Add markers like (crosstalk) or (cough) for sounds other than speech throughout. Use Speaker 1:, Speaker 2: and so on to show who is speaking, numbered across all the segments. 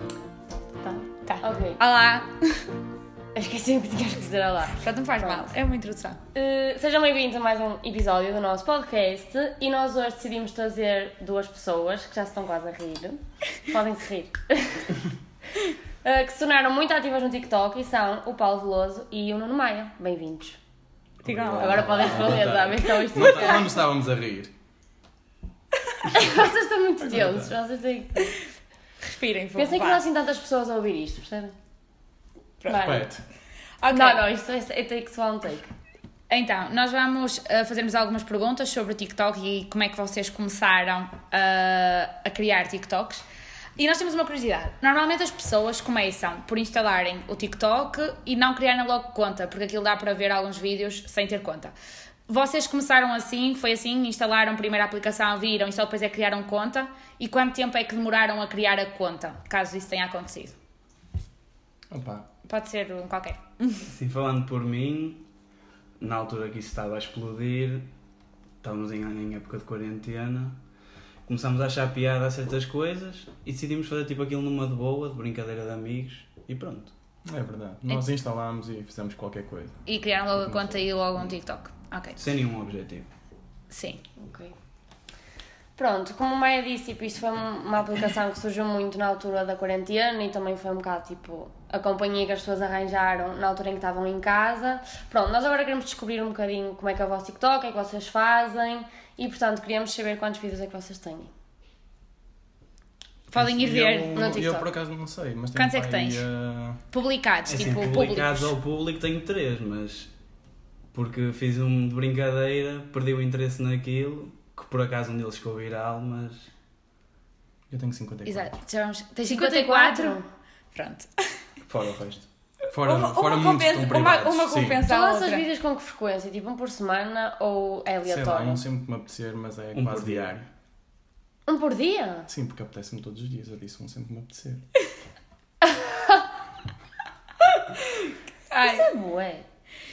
Speaker 1: Ok.
Speaker 2: Tá.
Speaker 1: Ah,
Speaker 2: Olá!
Speaker 1: Esqueci o que tinhas que dizer olá.
Speaker 2: Pronto, não faz
Speaker 1: Pronto.
Speaker 2: mal, é uma introdução.
Speaker 1: Uh, sejam bem-vindos a mais um episódio do nosso podcast e nós hoje decidimos trazer duas pessoas que já se estão quase a rir. Podem se rir. (laughs) Uh, que se tornaram muito ativas no TikTok e são o Paulo Veloso e o Nuno Maia. Bem-vindos.
Speaker 2: Diga lá.
Speaker 1: Agora podem responder,
Speaker 3: tá.
Speaker 1: sabem? Então isto
Speaker 3: Não, tá- não nos estávamos a rir.
Speaker 1: Vocês estão muito deuses, vocês têm que.
Speaker 2: Respirem, por
Speaker 1: Pensem que
Speaker 2: favor.
Speaker 1: não há assim tantas pessoas a ouvir isto, percebem?
Speaker 2: Pronto.
Speaker 1: Vai.
Speaker 3: Pet.
Speaker 2: Ok.
Speaker 1: Não, não, isto é, é take só um take.
Speaker 2: Então, nós vamos uh, fazermos algumas perguntas sobre o TikTok e como é que vocês começaram uh, a criar TikToks. E nós temos uma curiosidade. Normalmente as pessoas começam por instalarem o TikTok e não criarem logo conta, porque aquilo dá para ver alguns vídeos sem ter conta. Vocês começaram assim, foi assim, instalaram primeiro a aplicação, viram e só depois é que criaram conta? E quanto tempo é que demoraram a criar a conta, caso isso tenha acontecido?
Speaker 3: Opa.
Speaker 2: Pode ser um qualquer.
Speaker 4: Sim, falando por mim, na altura que isso estava a explodir, estávamos em, em época de quarentena, começámos a achar piada a certas coisas e decidimos fazer tipo aquilo numa de boa, de brincadeira de amigos e pronto.
Speaker 3: É verdade. Nós instalámos e fizemos qualquer coisa.
Speaker 2: E criaram logo a conta e logo um TikTok. Ok.
Speaker 4: Sem nenhum objetivo.
Speaker 2: Sim.
Speaker 1: Ok. Pronto, como o Maia disse, tipo, isto foi um- uma aplicação que surgiu muito na altura da quarentena e também foi um bocado tipo a companhia que as pessoas arranjaram na altura em que estavam em casa. Pronto, nós agora queremos descobrir um bocadinho como é que é o vosso TikTok, o que é que vocês fazem e portanto queríamos saber quantos vídeos é que vocês têm.
Speaker 2: Podem ir
Speaker 3: E
Speaker 4: é
Speaker 2: ver
Speaker 4: um-
Speaker 3: eu,
Speaker 1: no
Speaker 3: Eu
Speaker 1: TikTok.
Speaker 3: por acaso não sei, mas
Speaker 2: Quantos é
Speaker 3: tenho
Speaker 2: que
Speaker 3: para aí,
Speaker 2: tens?
Speaker 3: ah,
Speaker 2: publicados,
Speaker 4: É assim,
Speaker 2: tipo
Speaker 4: publicados
Speaker 2: públicos.
Speaker 4: ao público tenho três, mas porque fiz um de brincadeira, perdi o interesse naquilo, que por acaso um deles ficou viral, mas
Speaker 3: eu tenho 54.
Speaker 2: Exato. Já vamos... Tens 54?
Speaker 1: 54?
Speaker 2: Pronto. (laughs)
Speaker 4: fora o resto.
Speaker 3: Fora, fora muitos que estão privados, sim.
Speaker 1: Tu lanças vídeos com que frequência? Tipo um por semana ou é
Speaker 3: Sei lá,
Speaker 1: aleatório?
Speaker 3: não sempre me apetecer, mas é
Speaker 4: Um
Speaker 3: quase
Speaker 4: por dia.
Speaker 3: diário.
Speaker 1: um por dia?
Speaker 3: Sim, porque apetece-me todos os dias. Eu disse um sempre me apetecer.
Speaker 1: Isso é bué.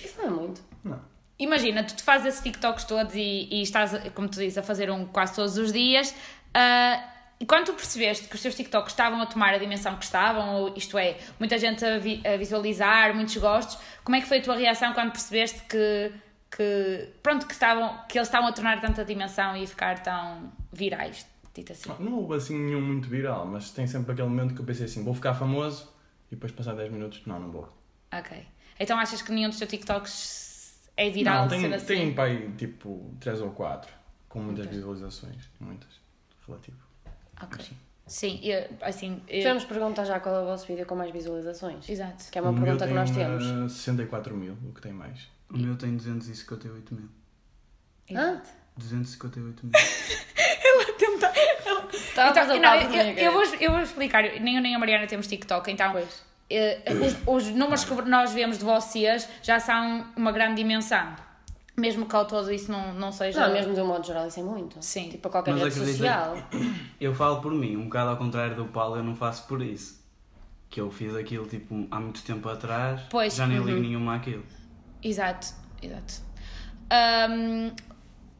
Speaker 1: Isso não é muito.
Speaker 3: Não.
Speaker 2: Imagina, tu te fazes esses TikToks todos e, e estás, como tu dizes, a fazer um quase todos os dias. ah, e quando tu percebeste que os teus TikToks estavam a tomar a dimensão que estavam, ou isto é, muita gente a, vi- a visualizar, muitos gostos, como é que foi a tua reação quando percebeste que, que pronto, que, estavam, que eles estavam a tornar tanta dimensão e a ficar tão virais, dito assim?
Speaker 3: Não houve assim nenhum muito viral, mas tem sempre aquele momento que eu pensei assim, vou ficar famoso e depois passar 10 minutos, não, não vou.
Speaker 2: Ok. Então achas que nenhum dos teus TikToks é viral
Speaker 3: não,
Speaker 2: de ser
Speaker 3: tem, um
Speaker 2: assim?
Speaker 3: tem para aí tipo 3 ou 4, com muitas visualizações. Muitas. Relativo.
Speaker 2: Ok. Sim, eu, assim. eu-
Speaker 1: Tivemos perguntar já qual é o vosso vídeo com mais visualizações.
Speaker 2: Exato.
Speaker 1: Que é uma pergunta que nós temos.
Speaker 3: 64 mil, o que tem mais.
Speaker 4: O meu tem 258 mil.
Speaker 3: eh,
Speaker 1: Hã?
Speaker 4: 258 mil.
Speaker 1: Tá a
Speaker 2: Então,
Speaker 1: fazer o
Speaker 2: não,
Speaker 1: cálculo,
Speaker 2: eu,
Speaker 1: amiga.
Speaker 2: eu vou, eu vou explicar. Nem eu nem a Mariana temos TikTok, então.
Speaker 1: Pois.
Speaker 2: eh, os, os números que nós vemos de vocês já são uma grande dimensão. Mesmo que ao todo isso não, não seja.
Speaker 1: Não, mesmo de um modo geral, isso é muito.
Speaker 2: Sim.
Speaker 1: Tipo, a qualquer
Speaker 4: Mas é
Speaker 1: rede
Speaker 4: acredito-
Speaker 1: social.
Speaker 4: (coughs) Eu falo por mim, um bocado ao contrário do Paulo, eu não faço por isso. Que eu fiz aquilo tipo há muito tempo atrás,
Speaker 2: Pois, uhum.
Speaker 4: já nem ligo nenhuma àquilo.
Speaker 2: Exato, exato. Ahm,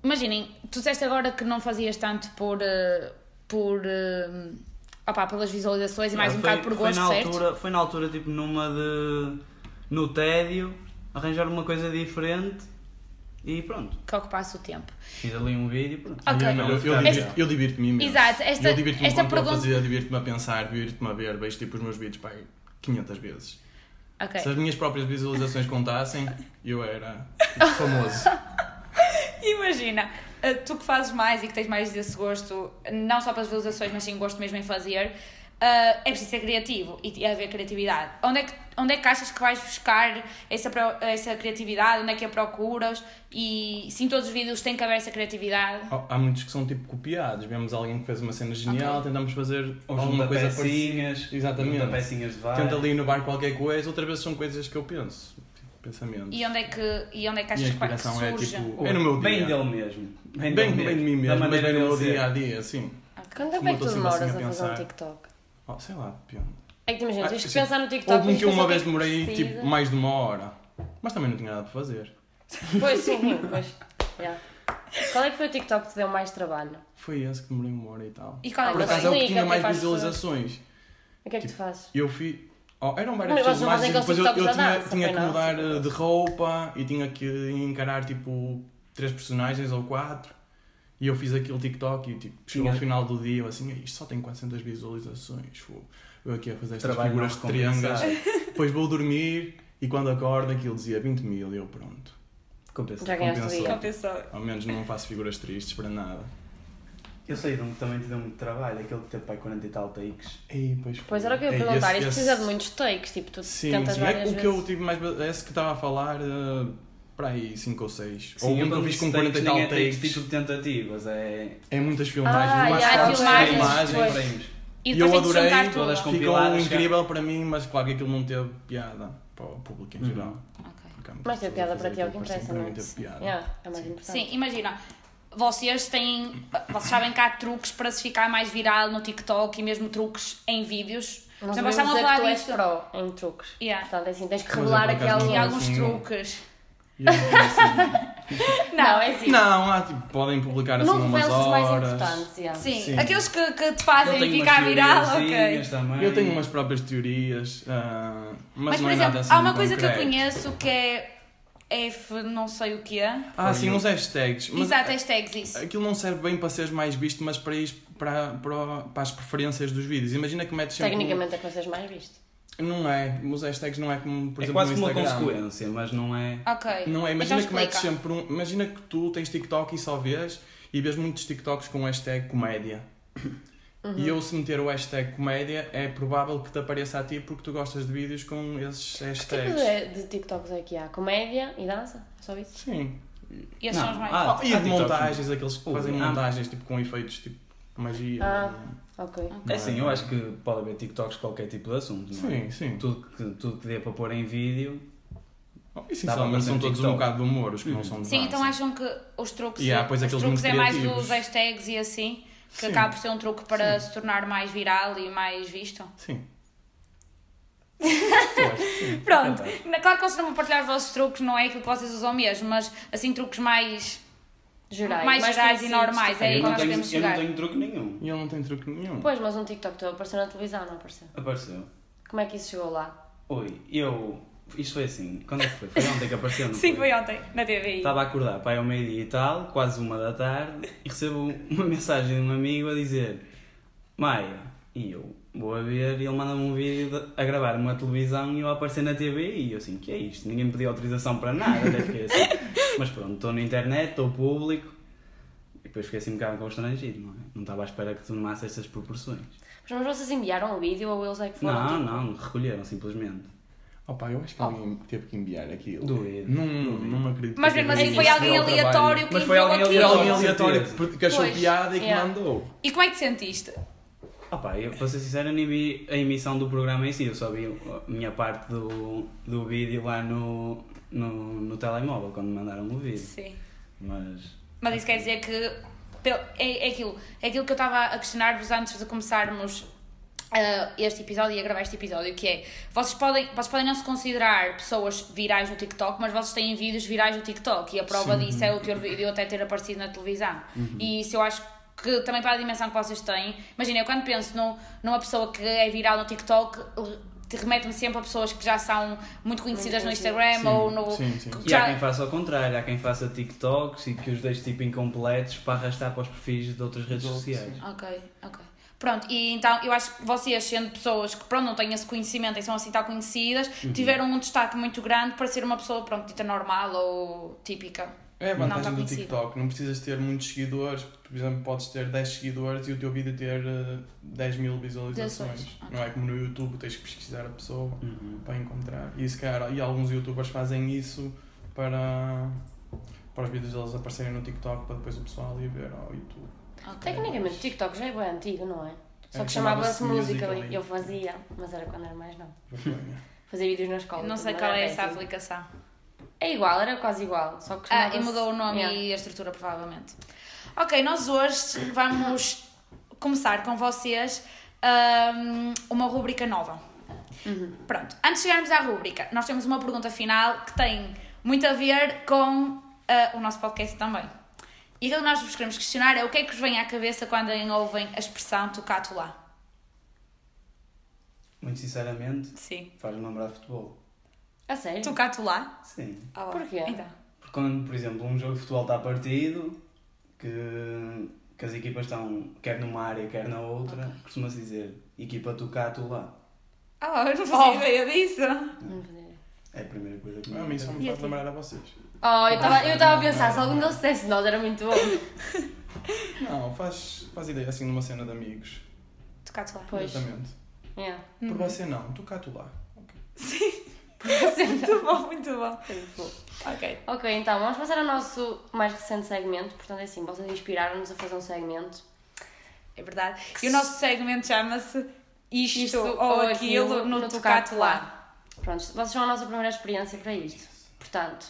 Speaker 2: imaginem, tu disseste agora que não fazias tanto por. eh, por eh, opá, pelas visualizações e mais um
Speaker 4: Foi-
Speaker 2: bocado por gosto,
Speaker 4: foi na
Speaker 2: certo?
Speaker 4: altura, Foi na altura, tipo numa de. no tédio, arranjar uma coisa diferente e pronto.
Speaker 2: Que ocupasse o tempo.
Speaker 4: Fiz ali um vídeo e pronto.
Speaker 2: Ok.
Speaker 3: Eu, não, eu, eu
Speaker 4: Esta-
Speaker 3: divirto- eu divirto-me imenso.
Speaker 2: Exato, esta-
Speaker 3: eu divirto-me
Speaker 2: esta
Speaker 3: quando estou a
Speaker 2: pergunta-
Speaker 3: fazer, divirto-me a pensar, divirto-me a ver, vejo tipo os meus vídeos pai, 500 vezes.
Speaker 2: Ok.
Speaker 3: Se as minhas próprias visualizações contassem, eu era (laughs)
Speaker 4: (laughs)
Speaker 3: famoso.
Speaker 2: Imagina, uh, tu que fazes mais e que tens mais desse gosto, não só pelas visualizações, mas sim gosto mesmo em fazer, uh, é preciso ser criativo e e haver criatividade. Onde é que, onde é que achas que vais buscar essa, pro- essa criatividade? Onde é que a procuras? E se em todos os vídeos tem que haver essa criatividade?
Speaker 3: Há há muitos que são tipo copiados. Vemos alguém que fez uma cena genial, tentamos fazer
Speaker 4: Ou
Speaker 3: alguma
Speaker 4: junta
Speaker 3: coisa
Speaker 4: pecinhas,
Speaker 3: parecida. Exatamente.
Speaker 4: junta pecinhas de várias.
Speaker 3: Tenta ali inovar qualquer coisa, outras vezes são coisas que eu penso. tipo, Pensamento.
Speaker 2: E onde é que, e onde é que
Speaker 3: E
Speaker 2: achas
Speaker 3: a
Speaker 2: que, vai- que
Speaker 3: inspiração é
Speaker 2: surge?
Speaker 3: tipo-
Speaker 4: Ou
Speaker 3: É no meu
Speaker 4: Bem
Speaker 3: dia.
Speaker 4: dele mesmo.
Speaker 3: Bem,
Speaker 4: dele
Speaker 3: bem de mim
Speaker 4: Da
Speaker 3: mesmo, mas
Speaker 4: maneira é.
Speaker 3: bem no meu
Speaker 4: dele ser.
Speaker 3: dia a dia, assim.
Speaker 1: Quanto tempo
Speaker 3: Como
Speaker 1: é
Speaker 3: eu
Speaker 1: que
Speaker 3: tô
Speaker 1: tu
Speaker 3: sempre
Speaker 1: demoras
Speaker 3: assim a
Speaker 1: a fazer um
Speaker 3: pensar.
Speaker 1: TikTok?
Speaker 3: Oh, sei lá, depende.
Speaker 1: É que imagina,
Speaker 3: Ah,
Speaker 1: tens que
Speaker 3: sim.
Speaker 1: pensar no TikTok.
Speaker 3: Houve um
Speaker 1: tens
Speaker 3: que eu uma
Speaker 1: pensar
Speaker 3: vez
Speaker 1: o que é que
Speaker 3: demorei
Speaker 1: precisa.
Speaker 3: tipo mais de uma hora. Mas também não tinha nada para fazer.
Speaker 1: Pois sim,
Speaker 3: (laughs)
Speaker 1: pois. Yeah. Qual é que foi o TikTok que te deu mais trabalho?
Speaker 3: Foi esse que demorei uma hora e tal.
Speaker 2: E qual é
Speaker 3: Por
Speaker 2: que
Speaker 3: acaso é o que
Speaker 1: Explica,
Speaker 3: tinha
Speaker 1: que é
Speaker 3: mais
Speaker 1: para as
Speaker 3: visualizações.
Speaker 1: O que é que tu
Speaker 3: Tipo,
Speaker 1: fazes?
Speaker 3: Eu fiz. Oh, eram várias
Speaker 1: Mas
Speaker 3: pessoas,
Speaker 1: vocês não fazem
Speaker 3: mas depois eu,
Speaker 1: aqueles
Speaker 3: eu
Speaker 1: TikToks da
Speaker 3: tinha,
Speaker 1: dança,
Speaker 3: tinha
Speaker 1: pois
Speaker 3: que
Speaker 1: não?
Speaker 3: mudar eh, de roupa e tinha que encarar tipo três personagens ou quatro. E eu fiz aquele TikTok e tipo, chegou ao
Speaker 4: Tinha-
Speaker 3: final do dia eu assim, isto só tem 400 visualizações. fogo. Eu aqui a fazer estas
Speaker 4: Trabalho
Speaker 3: figuras
Speaker 4: não
Speaker 3: de triângulos.
Speaker 4: (laughs)
Speaker 3: Depois vou dormir e quando acordo aquilo dizia 20 mil e eu pronto.
Speaker 4: Compensa.
Speaker 1: Já ganhaste o
Speaker 3: compensou.
Speaker 1: dia.
Speaker 2: Compensou.
Speaker 3: Ao menos não faço figuras tristes para nada.
Speaker 4: Eu sei de um que também te deu muito trabalho, aquele que teve pai 40 e tal takes.
Speaker 3: E, pois,
Speaker 1: Pois era o que eu ia
Speaker 3: Ei,
Speaker 1: perguntar,
Speaker 3: É, esse-
Speaker 1: isso
Speaker 3: esse-
Speaker 1: precisa de muitos takes, tipo, tu
Speaker 3: Sim,
Speaker 1: tentas
Speaker 3: sim. É
Speaker 1: várias
Speaker 3: o
Speaker 1: vezes.
Speaker 3: que eu tive mais. É esse que estava a falar eh, para aí 5 ou 6. Ou um que eu
Speaker 4: quando
Speaker 3: fiz com
Speaker 4: disse
Speaker 3: 40 e
Speaker 4: takes,
Speaker 3: tal
Speaker 4: nem é
Speaker 3: takes.
Speaker 4: tipo de tentativas, é.
Speaker 3: É muitas filmagens,
Speaker 1: Ah,
Speaker 3: mas
Speaker 1: já,
Speaker 2: É
Speaker 3: fotos,
Speaker 1: filmagens,
Speaker 3: filmagens.
Speaker 1: depois.
Speaker 4: frames.
Speaker 2: E
Speaker 3: E eu
Speaker 2: depois tem que
Speaker 3: adorei
Speaker 2: juntar tudo.
Speaker 4: todas as
Speaker 3: Ficou
Speaker 4: compiladas,
Speaker 3: incrível para mim, mas claro que aquilo não teve piada para o público em
Speaker 4: Uhum.
Speaker 3: geral.
Speaker 2: Ok.
Speaker 3: Porque há muita
Speaker 1: Mas teve
Speaker 3: pessoa
Speaker 1: piada
Speaker 3: a fazer tipo,
Speaker 1: para ti, é o que
Speaker 3: aquilo,
Speaker 1: interessa,
Speaker 3: para
Speaker 1: não
Speaker 3: mim
Speaker 1: é?
Speaker 3: teve piada.
Speaker 1: Yeah, é mais importante.
Speaker 2: Sim, imagina. Vocês têm. Vocês sabem que há truques para se ficar mais viral no TikTok e mesmo truques em vídeos. Por
Speaker 1: Nós
Speaker 2: exemplo,
Speaker 1: devemos
Speaker 2: vocês estavam a
Speaker 1: dizer que
Speaker 2: falar
Speaker 1: tu és
Speaker 2: disto.
Speaker 1: pro em truques.
Speaker 2: Yeah.
Speaker 1: Portanto, é assim, tens que
Speaker 3: Mas eu,
Speaker 1: revelar
Speaker 3: por acaso,
Speaker 1: aquela...
Speaker 2: E
Speaker 3: Não,
Speaker 2: alguns
Speaker 3: assim, não.
Speaker 2: truques.
Speaker 3: E eu fiquei
Speaker 2: Não, é
Speaker 1: (laughs)
Speaker 3: assim, não, há, tipo, podem publicar assim
Speaker 1: Não
Speaker 3: umas
Speaker 1: reveles os um mais
Speaker 3: horas.
Speaker 1: importantes, yeah.
Speaker 2: Sim,
Speaker 3: Sim.
Speaker 2: aqueles que, que te
Speaker 4: Eu
Speaker 2: fazem
Speaker 4: tenho
Speaker 2: ficar
Speaker 4: umas
Speaker 2: viral, ok.
Speaker 4: teoriazinhas também.
Speaker 3: Eu tenho umas próprias teorias, ah,
Speaker 2: Mas,
Speaker 3: mas, não
Speaker 2: por
Speaker 3: é nada
Speaker 2: exemplo,
Speaker 3: assim
Speaker 2: há uma
Speaker 3: tão
Speaker 2: coisa que eu
Speaker 3: concreto.
Speaker 2: conheço que é F não sei o que é.
Speaker 3: Ah, sim, uns hashtags. Mas
Speaker 2: Exato, hashtags isso.
Speaker 3: Aquilo não serve bem para seres mais visto, mas para ir para, para, para as preferências dos vídeos. Imagina que metes sempre. um-
Speaker 1: Tecnicamente é que vocês mais viste.
Speaker 3: Não é, os hashtags não é como, por
Speaker 4: é
Speaker 3: exemplo,
Speaker 4: quase
Speaker 3: no
Speaker 4: como uma
Speaker 3: Instagram.
Speaker 4: consequência, mas não é.
Speaker 2: Ok.
Speaker 3: Não é? Imagina
Speaker 2: Então
Speaker 3: que metes
Speaker 2: explica.
Speaker 3: sempre um. Imagina que tu tens TikTok e só vês e vês muitos TikToks com hashtag comédia.
Speaker 2: Uhum.
Speaker 3: E eu, se meter o hashtag comédia, é provável que te apareça a ti porque tu gostas de vídeos com esses
Speaker 1: Que tipo
Speaker 3: hashtags.
Speaker 1: de, de TikToks é que há? Comédia e dança? É só isso?
Speaker 3: Sim.
Speaker 2: E esses são
Speaker 4: Não,
Speaker 2: os mais.
Speaker 4: há-
Speaker 3: Oh, e
Speaker 4: Ah, há
Speaker 3: de
Speaker 4: TikToks.
Speaker 3: montagens, aqueles que fazem
Speaker 4: Ui, há-
Speaker 3: montagens tipo com efeitos tipo magia.
Speaker 1: Ah. Ok.
Speaker 3: Não
Speaker 4: É
Speaker 3: é.
Speaker 4: assim, eu acho que pode haver TikToks de qualquer tipo de assunto, não é?
Speaker 3: Sim, sim.
Speaker 4: Tudo que, tudo que dê para pôr em vídeo.
Speaker 3: Oh, Essencialmente são
Speaker 4: Dá pra
Speaker 3: todos
Speaker 4: fazer
Speaker 3: um
Speaker 4: TikTok.
Speaker 3: bocado de humor, os que não
Speaker 4: Uhum.
Speaker 3: são de
Speaker 2: Sim, então
Speaker 3: dança.
Speaker 2: acham que os truques,
Speaker 3: E há, pois,
Speaker 2: os
Speaker 3: aqueles
Speaker 2: truques é
Speaker 3: muito
Speaker 2: mais
Speaker 3: criativos.
Speaker 2: os hashtags e assim, que
Speaker 3: Sim.
Speaker 2: acaba por ser um truque para se tornar mais viral e mais visto.
Speaker 3: Sim.
Speaker 2: (laughs) Pronto,
Speaker 4: É
Speaker 2: na- claro que vocês não vão partilhar os vossos truques, não é aquilo que vocês usam mesmo, mas assim, truques mais,
Speaker 1: Gerais.
Speaker 2: mais, gerais e
Speaker 1: conhecidos,
Speaker 2: normais, é aí
Speaker 4: eu
Speaker 2: que
Speaker 4: não,
Speaker 2: nós
Speaker 4: tenho,
Speaker 2: podemos
Speaker 4: eu não
Speaker 2: chegar.
Speaker 4: tenho truque nenhum.
Speaker 3: E ele não tem truque nenhum.
Speaker 1: Pois, mas um TikTok teu apareceu na televisão, não apareceu?
Speaker 4: Apareceu.
Speaker 1: Como é que isso chegou lá?
Speaker 4: Oi, eu. Isto foi assim. Quando é que foi? Foi ontem que apareceu, não
Speaker 2: Sim, foi ontem, na TVI.
Speaker 4: Estava a acordar, pai, ao meio-dia e tal, quase uma da tarde, e recebo uma (laughs) mensagem de um amigo a dizer: Maia, e eu vou a ver, e ele manda-me um vídeo de- a gravar uma televisão e eu a aparecer na TV, e eu assim: Que é isto? Ninguém me pediu autorização para nada, até fiquei assim. Mas pronto, estou na internet, estou público, e depois fiquei assim um bocado constrangido, não é? Não estava à espera que tomasse estas proporções.
Speaker 1: Mas, mas vocês enviaram o vídeo ou eles é que foram?
Speaker 4: Não,
Speaker 1: tipo,
Speaker 4: não, recolheram simplesmente.
Speaker 3: Opa, Oh, eu acho que alguém teve que enviar aquilo.
Speaker 4: Duvido.
Speaker 3: Não, não acredito.
Speaker 2: Oh. Mas
Speaker 3: que
Speaker 2: mesmo
Speaker 3: tenha
Speaker 2: assim
Speaker 3: sido
Speaker 2: foi
Speaker 3: esse
Speaker 2: alguém
Speaker 3: é o trabalho.
Speaker 2: aleatório que
Speaker 4: Mas foi
Speaker 2: enviou
Speaker 4: alguém
Speaker 3: Foi
Speaker 2: aquilo.
Speaker 4: aleatório.
Speaker 3: alguém aleatório que,
Speaker 4: Certeza.
Speaker 3: porque achou
Speaker 2: Pois,
Speaker 3: piada e que
Speaker 1: yeah.
Speaker 3: mandou.
Speaker 2: E como é que te sentiste?
Speaker 4: Ah pá, eu, para ser sincero, eu nem vi a emissão do programa em si, eu só vi a minha parte do, do vídeo lá no, no, no telemóvel, quando me mandaram o vídeo.
Speaker 2: Sim.
Speaker 4: Mas.
Speaker 2: Mas isso quer dizer que pel- é, é aquilo, é aquilo que eu estava a questionar-vos antes de começarmos ah, este episódio e a gravar este episódio, que é vocês podem, vocês podem não se considerar pessoas virais no TikTok, mas vocês têm vídeos virais no TikTok e a prova disso é o teu vídeo até ter aparecido na televisão.
Speaker 3: Uhum.
Speaker 2: E isso eu acho que também para a dimensão que vocês têm, imagina, eu quando penso num- numa pessoa que é viral no TikTok, l- te remete-me sempre a pessoas que já são muito conhecidas no Instagram
Speaker 3: Sim,
Speaker 2: ou no.
Speaker 3: sim, sim.
Speaker 2: que
Speaker 4: E
Speaker 2: já-
Speaker 4: há quem faça ao contrário, há quem faça TikToks e que os deixe tipo incompletos para arrastar para os perfis de outras redes sociais.
Speaker 2: Ok, ok. Pronto, e então eu acho que vocês, sendo pessoas que pronto, não têm esse conhecimento e são assim tão conhecidas, tiveram um destaque muito grande para ser uma pessoa pronto, dita normal ou típica.
Speaker 3: É a
Speaker 2: Não
Speaker 3: vantagem
Speaker 2: tá
Speaker 3: do
Speaker 2: conhecido.
Speaker 3: TikTok. Não precisas ter muitos seguidores. Por exemplo, podes ter 10 seguidores e o teu vídeo ter eh, 10 mil visualizações.
Speaker 2: Visualizações,
Speaker 3: Não é como no YouTube, tens que pesquisar a pessoa
Speaker 4: Uhum.
Speaker 3: para encontrar. E, se calhar, e alguns youtubers fazem isso para, para os vídeos deles aparecerem no TikTok para depois o pessoal ir ver ao
Speaker 4: (laughs)
Speaker 3: YouTube.
Speaker 1: Tecnicamente, o TikTok já é bem antigo, não é? Só
Speaker 3: É,
Speaker 1: que chamava-se
Speaker 3: chamava-se
Speaker 1: Musical.ly.
Speaker 3: Musical.ly.
Speaker 1: Eu fazia, mas era quando era mais não.
Speaker 3: Vergonha.
Speaker 1: Fazia vídeos na escola.
Speaker 2: Não sei
Speaker 1: mas
Speaker 2: qual
Speaker 1: era
Speaker 2: é essa
Speaker 1: péssimo.
Speaker 2: aplicação.
Speaker 1: É igual, era quase igual. Só que
Speaker 2: Ah, e
Speaker 1: chamava-se-
Speaker 2: mudou o nome
Speaker 1: Yeah.
Speaker 2: e a estrutura, provavelmente. Ok, nós hoje vamos começar com vocês hum, uma rubrica nova. Pronto, antes de chegarmos à rubrica, nós temos uma pergunta final que tem muito a ver com ah, o nosso podcast também. E aquilo que nós vos queremos questionar é o que é que vos vem à cabeça quando ouvem a expressão tocar-te lá?
Speaker 4: muito sinceramente,
Speaker 2: Sim.
Speaker 4: faz-me lembrar de futebol.
Speaker 1: A sério?
Speaker 2: Tu cá, tu lá?
Speaker 4: Sim.
Speaker 5: Ah, lá.
Speaker 1: Porquê?
Speaker 2: Então.
Speaker 4: Porque quando, por exemplo, um jogo de futebol está partido, que, que as equipas estão quer numa área, quer na outra, costuma-se dizer equipa tu cá, tu lá.
Speaker 2: Ah, eu não fazia
Speaker 1: Oh.
Speaker 2: ideia disso.
Speaker 1: Não fazia.
Speaker 4: É a primeira coisa que me
Speaker 3: Não, a mim só me
Speaker 1: E a
Speaker 3: faz
Speaker 1: ti?
Speaker 3: lembrar a vocês.
Speaker 2: Ah,
Speaker 1: Oh, eu estava eu tava a pensar, se algum deles dissesse nós era muito bom.
Speaker 3: Não, faz, faz ideia assim numa cena de amigos.
Speaker 2: Tu cá, tu lá.
Speaker 1: Pois.
Speaker 3: Exatamente.
Speaker 1: Yeah.
Speaker 3: Por você não, tu cá, tu lá.
Speaker 2: Muito bom, muito bom.
Speaker 1: foi muito bom.
Speaker 2: Ok.
Speaker 1: Ok, então vamos passar ao nosso mais recente segmento. Portanto, é assim, vocês inspiraram-nos a fazer um segmento.
Speaker 2: É verdade. E o nosso segmento chama-se Isto,
Speaker 1: Isto
Speaker 2: ou, Aquilo, no,
Speaker 1: no
Speaker 2: Tocato Lá.
Speaker 1: Pronto, vocês são a nossa primeira experiência para isto. Portanto,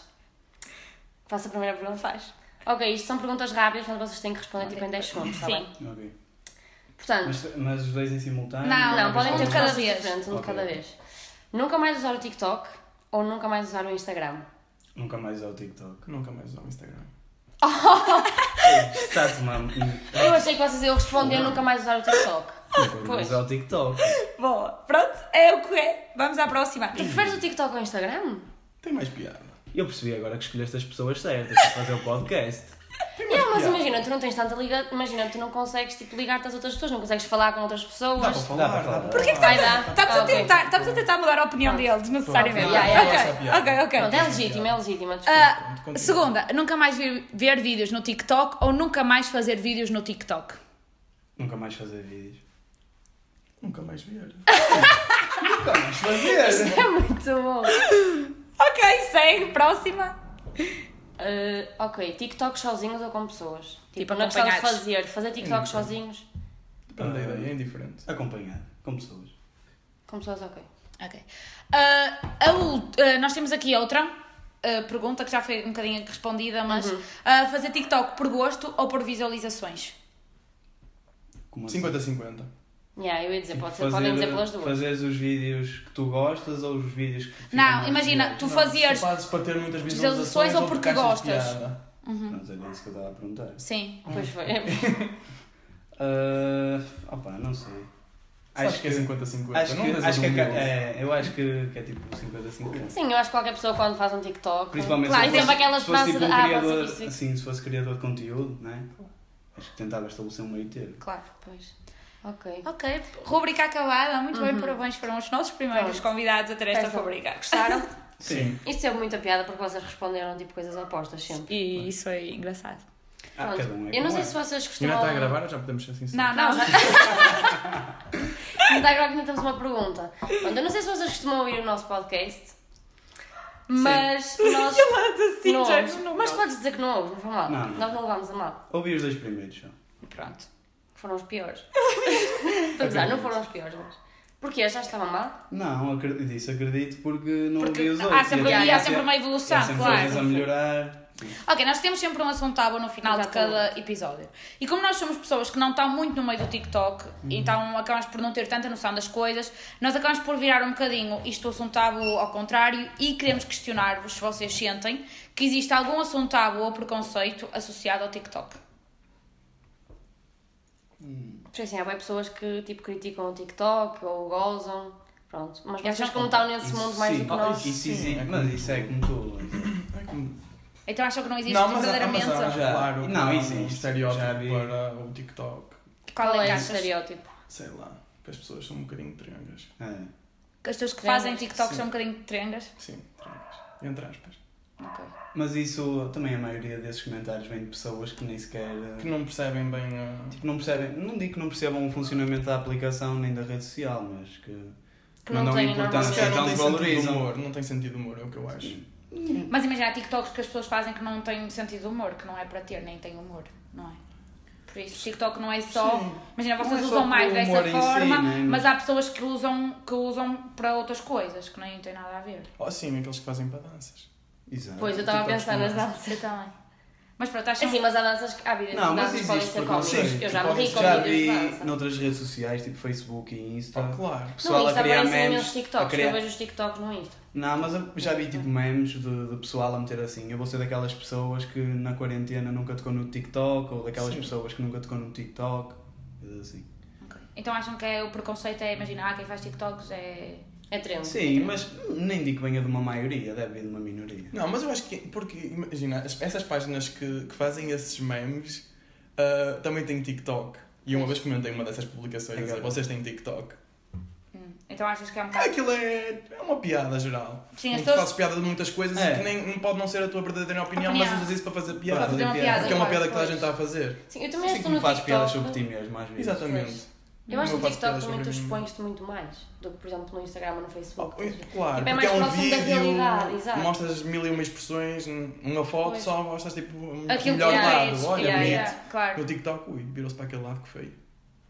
Speaker 1: faço a primeira pergunta.
Speaker 2: Faz.
Speaker 1: Ok, isto são perguntas rápidas, mas vocês têm que responder tipo em 10 segundos, está
Speaker 2: Sim.
Speaker 1: bem?
Speaker 4: Ok.
Speaker 1: Portanto,
Speaker 4: Mas, mas os dois em simultâneo?
Speaker 2: Não,
Speaker 1: não, podem
Speaker 2: um
Speaker 1: ter
Speaker 2: de cada
Speaker 1: respostas
Speaker 2: vez.
Speaker 1: diferentes, um de
Speaker 4: Ok.
Speaker 1: cada vez. Nunca mais usar o TikTok ou nunca mais usar o Instagram?
Speaker 4: um- Nunca mais ao TikTok.
Speaker 3: Nunca mais usar o Instagram.
Speaker 1: (laughs)
Speaker 4: Está-te uma. Nunca
Speaker 1: Eu achei que vocês iam responder nunca mais usar o TikTok.
Speaker 4: mais
Speaker 1: Pois.
Speaker 4: ao TikTok.
Speaker 2: Boa. Pronto, é o que é. Vamos à próxima.
Speaker 1: Tu preferes o TikTok ou o Instagram?
Speaker 3: Tem mais piada.
Speaker 4: Eu percebi agora que escolheste as pessoas certas para fazer o podcast.
Speaker 1: Não, mas imagina, tu não tens tanta liga, imagina, tu não consegues tipo, ligar-te às outras pessoas, não consegues falar com outras pessoas.
Speaker 3: Dá para falar,
Speaker 4: dá para falar.
Speaker 3: Porquê que
Speaker 1: Ai, dá.
Speaker 2: Estamos,
Speaker 1: Ah,
Speaker 2: a
Speaker 1: ok.
Speaker 2: tentar, estamos a tentar mudar a opinião dele, desnecessariamente.
Speaker 1: Yeah, yeah,
Speaker 3: yeah.
Speaker 2: ok, ok,
Speaker 1: Pronto,
Speaker 2: ok.
Speaker 1: é legítima, é legítima. desculpa.
Speaker 2: Ah,
Speaker 3: Continua.
Speaker 2: segunda, nunca mais vir- ver vídeos no TikTok ou nunca mais fazer vídeos no TikTok?
Speaker 4: Nunca mais fazer vídeos.
Speaker 3: Nunca mais ver. (laughs)
Speaker 4: Nunca mais
Speaker 2: Ah, (laughs)
Speaker 4: fazer!
Speaker 1: É muito bom.
Speaker 2: Ok, segue, próxima.
Speaker 1: Ah, ok, TikTok sozinhos ou com pessoas? Tipo,
Speaker 2: Tipo,
Speaker 1: não gostava de
Speaker 2: acompanhados.
Speaker 1: fazer, fazer TikTok
Speaker 3: Sim.
Speaker 1: sozinhos?
Speaker 3: Depende da ideia, é indiferente.
Speaker 4: Acompanhado, com pessoas.
Speaker 1: Com pessoas, ok.
Speaker 2: Ok. Ah, a ult- ah, nós temos aqui outra ah, pergunta que já foi um bocadinho respondida, mas ah, fazer TikTok por gosto ou por visualizações?
Speaker 4: Como assim?
Speaker 3: 50-50.
Speaker 1: Yeah, eu ia dizer,
Speaker 4: Tipo,
Speaker 1: pode ser, podem dizer pelas duas.
Speaker 4: Fazeres os vídeos que tu gostas ou os vídeos que ficam
Speaker 2: Não,
Speaker 4: mais
Speaker 2: imagina,
Speaker 4: virais?
Speaker 2: tu fazias.
Speaker 3: Se fazes para ter muitas
Speaker 2: Visualizações
Speaker 3: visualizações
Speaker 2: ou porque
Speaker 3: achas
Speaker 2: gostas?
Speaker 3: piada.
Speaker 1: Uhum.
Speaker 4: Mas era isso que eu estava a perguntar.
Speaker 2: Sim.
Speaker 4: um
Speaker 1: Pois foi. (laughs)
Speaker 4: Ah, opa, não sei.
Speaker 3: Sabes acho que é 50-50.
Speaker 4: Acho
Speaker 3: não
Speaker 4: que,
Speaker 3: tens um
Speaker 4: acho que é,
Speaker 3: a
Speaker 4: ca-
Speaker 3: dúvida.
Speaker 4: é, eu acho que, que é tipo 50-50.
Speaker 1: Sim, eu acho que qualquer pessoa quando faz um TikTok.
Speaker 4: Principalmente
Speaker 1: claro, é
Speaker 4: se
Speaker 1: tem
Speaker 4: fosse,
Speaker 1: sempre aquela
Speaker 4: se fosse
Speaker 1: esperança de.
Speaker 4: tipo um
Speaker 1: ah,
Speaker 4: criador,
Speaker 1: pode ser isso.
Speaker 4: assim, se fosse criador de conteúdo, né? Acho que tentava estabelecer um meio termo.
Speaker 2: Claro.
Speaker 1: Pois. Ok.
Speaker 2: Ok, rubrica acabada. Muito bem, parabéns. Foram os nossos primeiros
Speaker 1: Pronto.
Speaker 2: convidados a ter esta
Speaker 1: Peçam.
Speaker 2: rubrica. Gostaram?
Speaker 3: Sim.
Speaker 1: Isto teve muita piada porque vocês responderam tipo coisas opostas sempre.
Speaker 2: E isso foi engraçado.
Speaker 4: Ah,
Speaker 1: Pronto.
Speaker 4: cada um é
Speaker 1: eu não
Speaker 4: como
Speaker 1: sei
Speaker 4: é.
Speaker 1: se vocês
Speaker 3: E não
Speaker 1: costumam.
Speaker 3: está a gravar, já podemos ser sinceros.
Speaker 2: Não, não, não.
Speaker 1: Não está a gravar, ainda temos uma pergunta. Pronto, eu não sei se vocês costumam ouvir o nosso podcast,
Speaker 4: (laughs)
Speaker 1: mas nós.
Speaker 2: assim,
Speaker 1: não
Speaker 2: já
Speaker 1: ouves.
Speaker 2: não
Speaker 1: Mas
Speaker 2: gosto.
Speaker 1: podes dizer que não ouves, não foi mal.
Speaker 4: Não, não.
Speaker 1: Nós não levámos a mal.
Speaker 4: Ouvi os dois primeiros só.
Speaker 2: Pronto.
Speaker 1: Foram os
Speaker 4: (laughs)
Speaker 1: piores. Estou a dizer, não foram os piores, mas. Porquê? Achaste que estava mal?
Speaker 4: Não, acredito, isso acredito porque não
Speaker 2: Porque
Speaker 4: ouvi os outros.
Speaker 2: há sempre,
Speaker 4: E
Speaker 2: e há
Speaker 4: havia-
Speaker 2: sempre uma
Speaker 4: há
Speaker 2: evolução,
Speaker 4: sempre coisas a
Speaker 2: claro.
Speaker 4: melhorar.
Speaker 2: Ok, nós temos sempre um assunto tábua no final de
Speaker 1: Exatamente.
Speaker 2: cada episódio. E como nós somos pessoas que não estão muito no meio do TikTok,
Speaker 3: Uhum.
Speaker 2: então acabamos por não ter tanta noção das coisas, nós acabamos por virar um bocadinho isto o assunto tabu ao contrário e queremos questionar-vos se vocês sentem que existe algum assunto tabu ou preconceito associado ao TikTok.
Speaker 1: Porque assim, há bem pessoas que tipo criticam o TikTok ou gozam. Pronto. Mas vocês,
Speaker 2: Essas-
Speaker 1: como estão nesse mundo mais
Speaker 4: é sim,
Speaker 1: do que nós.
Speaker 4: Isso
Speaker 3: sim,
Speaker 4: existe,
Speaker 3: é como
Speaker 4: mas isso é como tu.
Speaker 3: É como-
Speaker 2: Então acham que não existe
Speaker 3: Não, mas há-
Speaker 2: verdadeiramente? é
Speaker 3: mas é- há,
Speaker 4: Já.
Speaker 3: claro,
Speaker 4: Não,
Speaker 3: não,
Speaker 4: existe.
Speaker 3: um estereótipo
Speaker 4: Já vi.
Speaker 3: para o TikTok.
Speaker 2: Qual é que
Speaker 1: o
Speaker 2: achas?
Speaker 1: estereótipo?
Speaker 3: Sei lá, que as pessoas são um bocadinho triangas.
Speaker 4: É.
Speaker 2: Que as pessoas que
Speaker 1: Trendas,
Speaker 2: fazem TikTok
Speaker 3: sim.
Speaker 2: são um bocadinho trendas?
Speaker 3: Sim, triangas. Entre aspas.
Speaker 4: Mas isso também a maioria desses comentários vem de pessoas que nem sequer.
Speaker 3: Que não percebem bem a...
Speaker 4: Tipo, não percebem. Não digo que não percebam o funcionamento da aplicação nem da rede social, mas que.
Speaker 1: Que não têm
Speaker 3: Mas
Speaker 1: normalmente.
Speaker 3: se
Speaker 4: importância,
Speaker 3: calhar não
Speaker 4: então
Speaker 3: tem sentido
Speaker 4: valorizam.
Speaker 3: humor, não tem sentido humor, é o que eu acho.
Speaker 2: Mas imagina, há TikToks que as pessoas fazem que não têm sentido de humor, que não é para ter, nem tem humor, não é? Por isso, TikTok não é só. Imagina, vocês
Speaker 4: Não é só
Speaker 2: usam
Speaker 4: por
Speaker 2: mais
Speaker 4: humor
Speaker 2: dessa
Speaker 4: em si,
Speaker 2: forma,
Speaker 4: né?
Speaker 2: mas há pessoas que usam, que usam para outras coisas, que nem tem nada a ver.
Speaker 3: Ou sim, aqueles que fazem para danças.
Speaker 4: Exato.
Speaker 1: Pois, eu estava a pensar nas danças.
Speaker 2: Eu também. Mas pronto, acham
Speaker 1: Assim, mas há danças que há vídeos
Speaker 4: Não,
Speaker 1: de
Speaker 4: mas
Speaker 1: danças que podem
Speaker 4: existe
Speaker 1: ser
Speaker 4: preconceito.
Speaker 1: cómicos. Eu já
Speaker 4: Tu
Speaker 1: morri
Speaker 4: Tipo, podes-
Speaker 1: com
Speaker 4: Já
Speaker 1: vídeos de
Speaker 4: vi
Speaker 1: dança.
Speaker 4: noutras redes sociais, tipo Facebook e Insta.
Speaker 3: Ah, claro.
Speaker 1: No
Speaker 4: Pessoal
Speaker 1: Insta
Speaker 4: a criar
Speaker 1: aparecem
Speaker 4: memes.
Speaker 1: imensos TikToks,
Speaker 4: a criar-
Speaker 1: eu vejo os TikToks no Insta.
Speaker 4: Não, mas eu já vi tipo memes de, de pessoal a meter assim. Eu vou ser daquelas pessoas que na quarentena nunca tocou no TikTok, ou daquelas
Speaker 3: Sim.
Speaker 4: pessoas que nunca tocou no TikTok. coisas Assim.
Speaker 2: Ok. Então acham que é, o preconceito é imaginar ah, quem faz TikToks é.
Speaker 1: É trend.
Speaker 4: Sim, mas nem digo que venha de uma maioria, deve vir de uma minoria.
Speaker 3: Não, mas eu acho que. Porque, imagina, as- essas páginas que, que fazem esses memes ah, também têm TikTok. E uma vez comentei uma dessas publicações a dizer, vocês têm TikTok.
Speaker 2: Hum. Então achas que é um
Speaker 3: Ah,
Speaker 2: bocado.
Speaker 3: Aquilo é, é uma piada geral.
Speaker 2: Sim,
Speaker 3: Em
Speaker 2: as
Speaker 3: que
Speaker 2: pessoas-
Speaker 3: fazes piada de muitas coisas
Speaker 4: É.
Speaker 3: e que nem não pode não ser a tua verdadeira opinião, mas
Speaker 2: Opinião.
Speaker 3: usas isso para fazer
Speaker 4: Para
Speaker 3: piada.
Speaker 4: fazer
Speaker 1: uma
Speaker 4: piada.
Speaker 1: piada.
Speaker 3: Porque é uma piada que toda a
Speaker 1: Pois.
Speaker 3: gente está a fazer.
Speaker 1: Sim, eu também
Speaker 4: Sim,
Speaker 1: acho que
Speaker 4: que
Speaker 1: no
Speaker 4: me faz piadas sobre ti
Speaker 1: TikTok.
Speaker 4: mesmo, às vezes.
Speaker 3: Exatamente.
Speaker 1: Pois. Eu acho que
Speaker 3: Não
Speaker 1: no
Speaker 3: faço
Speaker 1: TikTok
Speaker 3: piadas
Speaker 1: também tu
Speaker 3: sobre mim.
Speaker 1: expões-te muito mais do que, por exemplo, no Instagram ou no
Speaker 3: Oh,
Speaker 1: Facebook.
Speaker 3: e- Claro,
Speaker 1: Tipo, é
Speaker 3: porque
Speaker 1: mais
Speaker 3: é um
Speaker 1: próximo da realidade,
Speaker 3: vídeo,
Speaker 1: exato.
Speaker 3: mostras mil e uma expressões, uma foto
Speaker 1: Pois.
Speaker 3: só mostras tipo o
Speaker 1: Aquilo
Speaker 3: melhor
Speaker 1: que é
Speaker 3: lado,
Speaker 1: queres,
Speaker 3: olha,
Speaker 1: yeah,
Speaker 3: bonito.
Speaker 1: yeah.
Speaker 2: Claro.
Speaker 3: No TikTok, ui, virou-se para aquele lado que feio.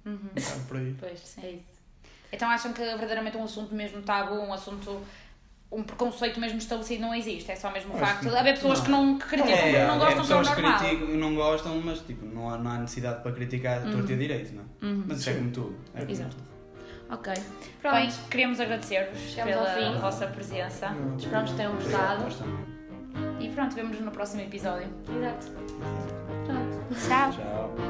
Speaker 2: Uhum.
Speaker 3: Um bocado por aí.
Speaker 1: Pois,
Speaker 2: Sim.
Speaker 1: é isso.
Speaker 2: Então acham que verdadeiramente um assunto mesmo tabu, um assunto. um preconceito mesmo estabelecido não existe, é só mesmo o
Speaker 3: Acho
Speaker 2: facto
Speaker 3: que
Speaker 2: de haver pessoas que não que criticam,
Speaker 4: É,
Speaker 2: que não
Speaker 4: é,
Speaker 2: gostam do
Speaker 4: pessoas
Speaker 2: normal.
Speaker 4: criticam e não gostam, mas tipo, não há, não há necessidade para criticar a torta e a direito, não é? Mas isso é como tudo. É como
Speaker 2: Uhum. Exato.
Speaker 4: tudo.
Speaker 2: Ok.
Speaker 1: Pronto.
Speaker 2: Bem, queremos agradecer-vos
Speaker 1: Chegamos ao
Speaker 2: pela
Speaker 1: fim.
Speaker 2: vossa presença.
Speaker 1: Esperamos que tenham gostado.
Speaker 4: Obrigado, nós também.
Speaker 2: E pronto, vemos-nos no próximo episódio.
Speaker 1: Exato. Pronto.
Speaker 2: Tchau!
Speaker 4: Tchau.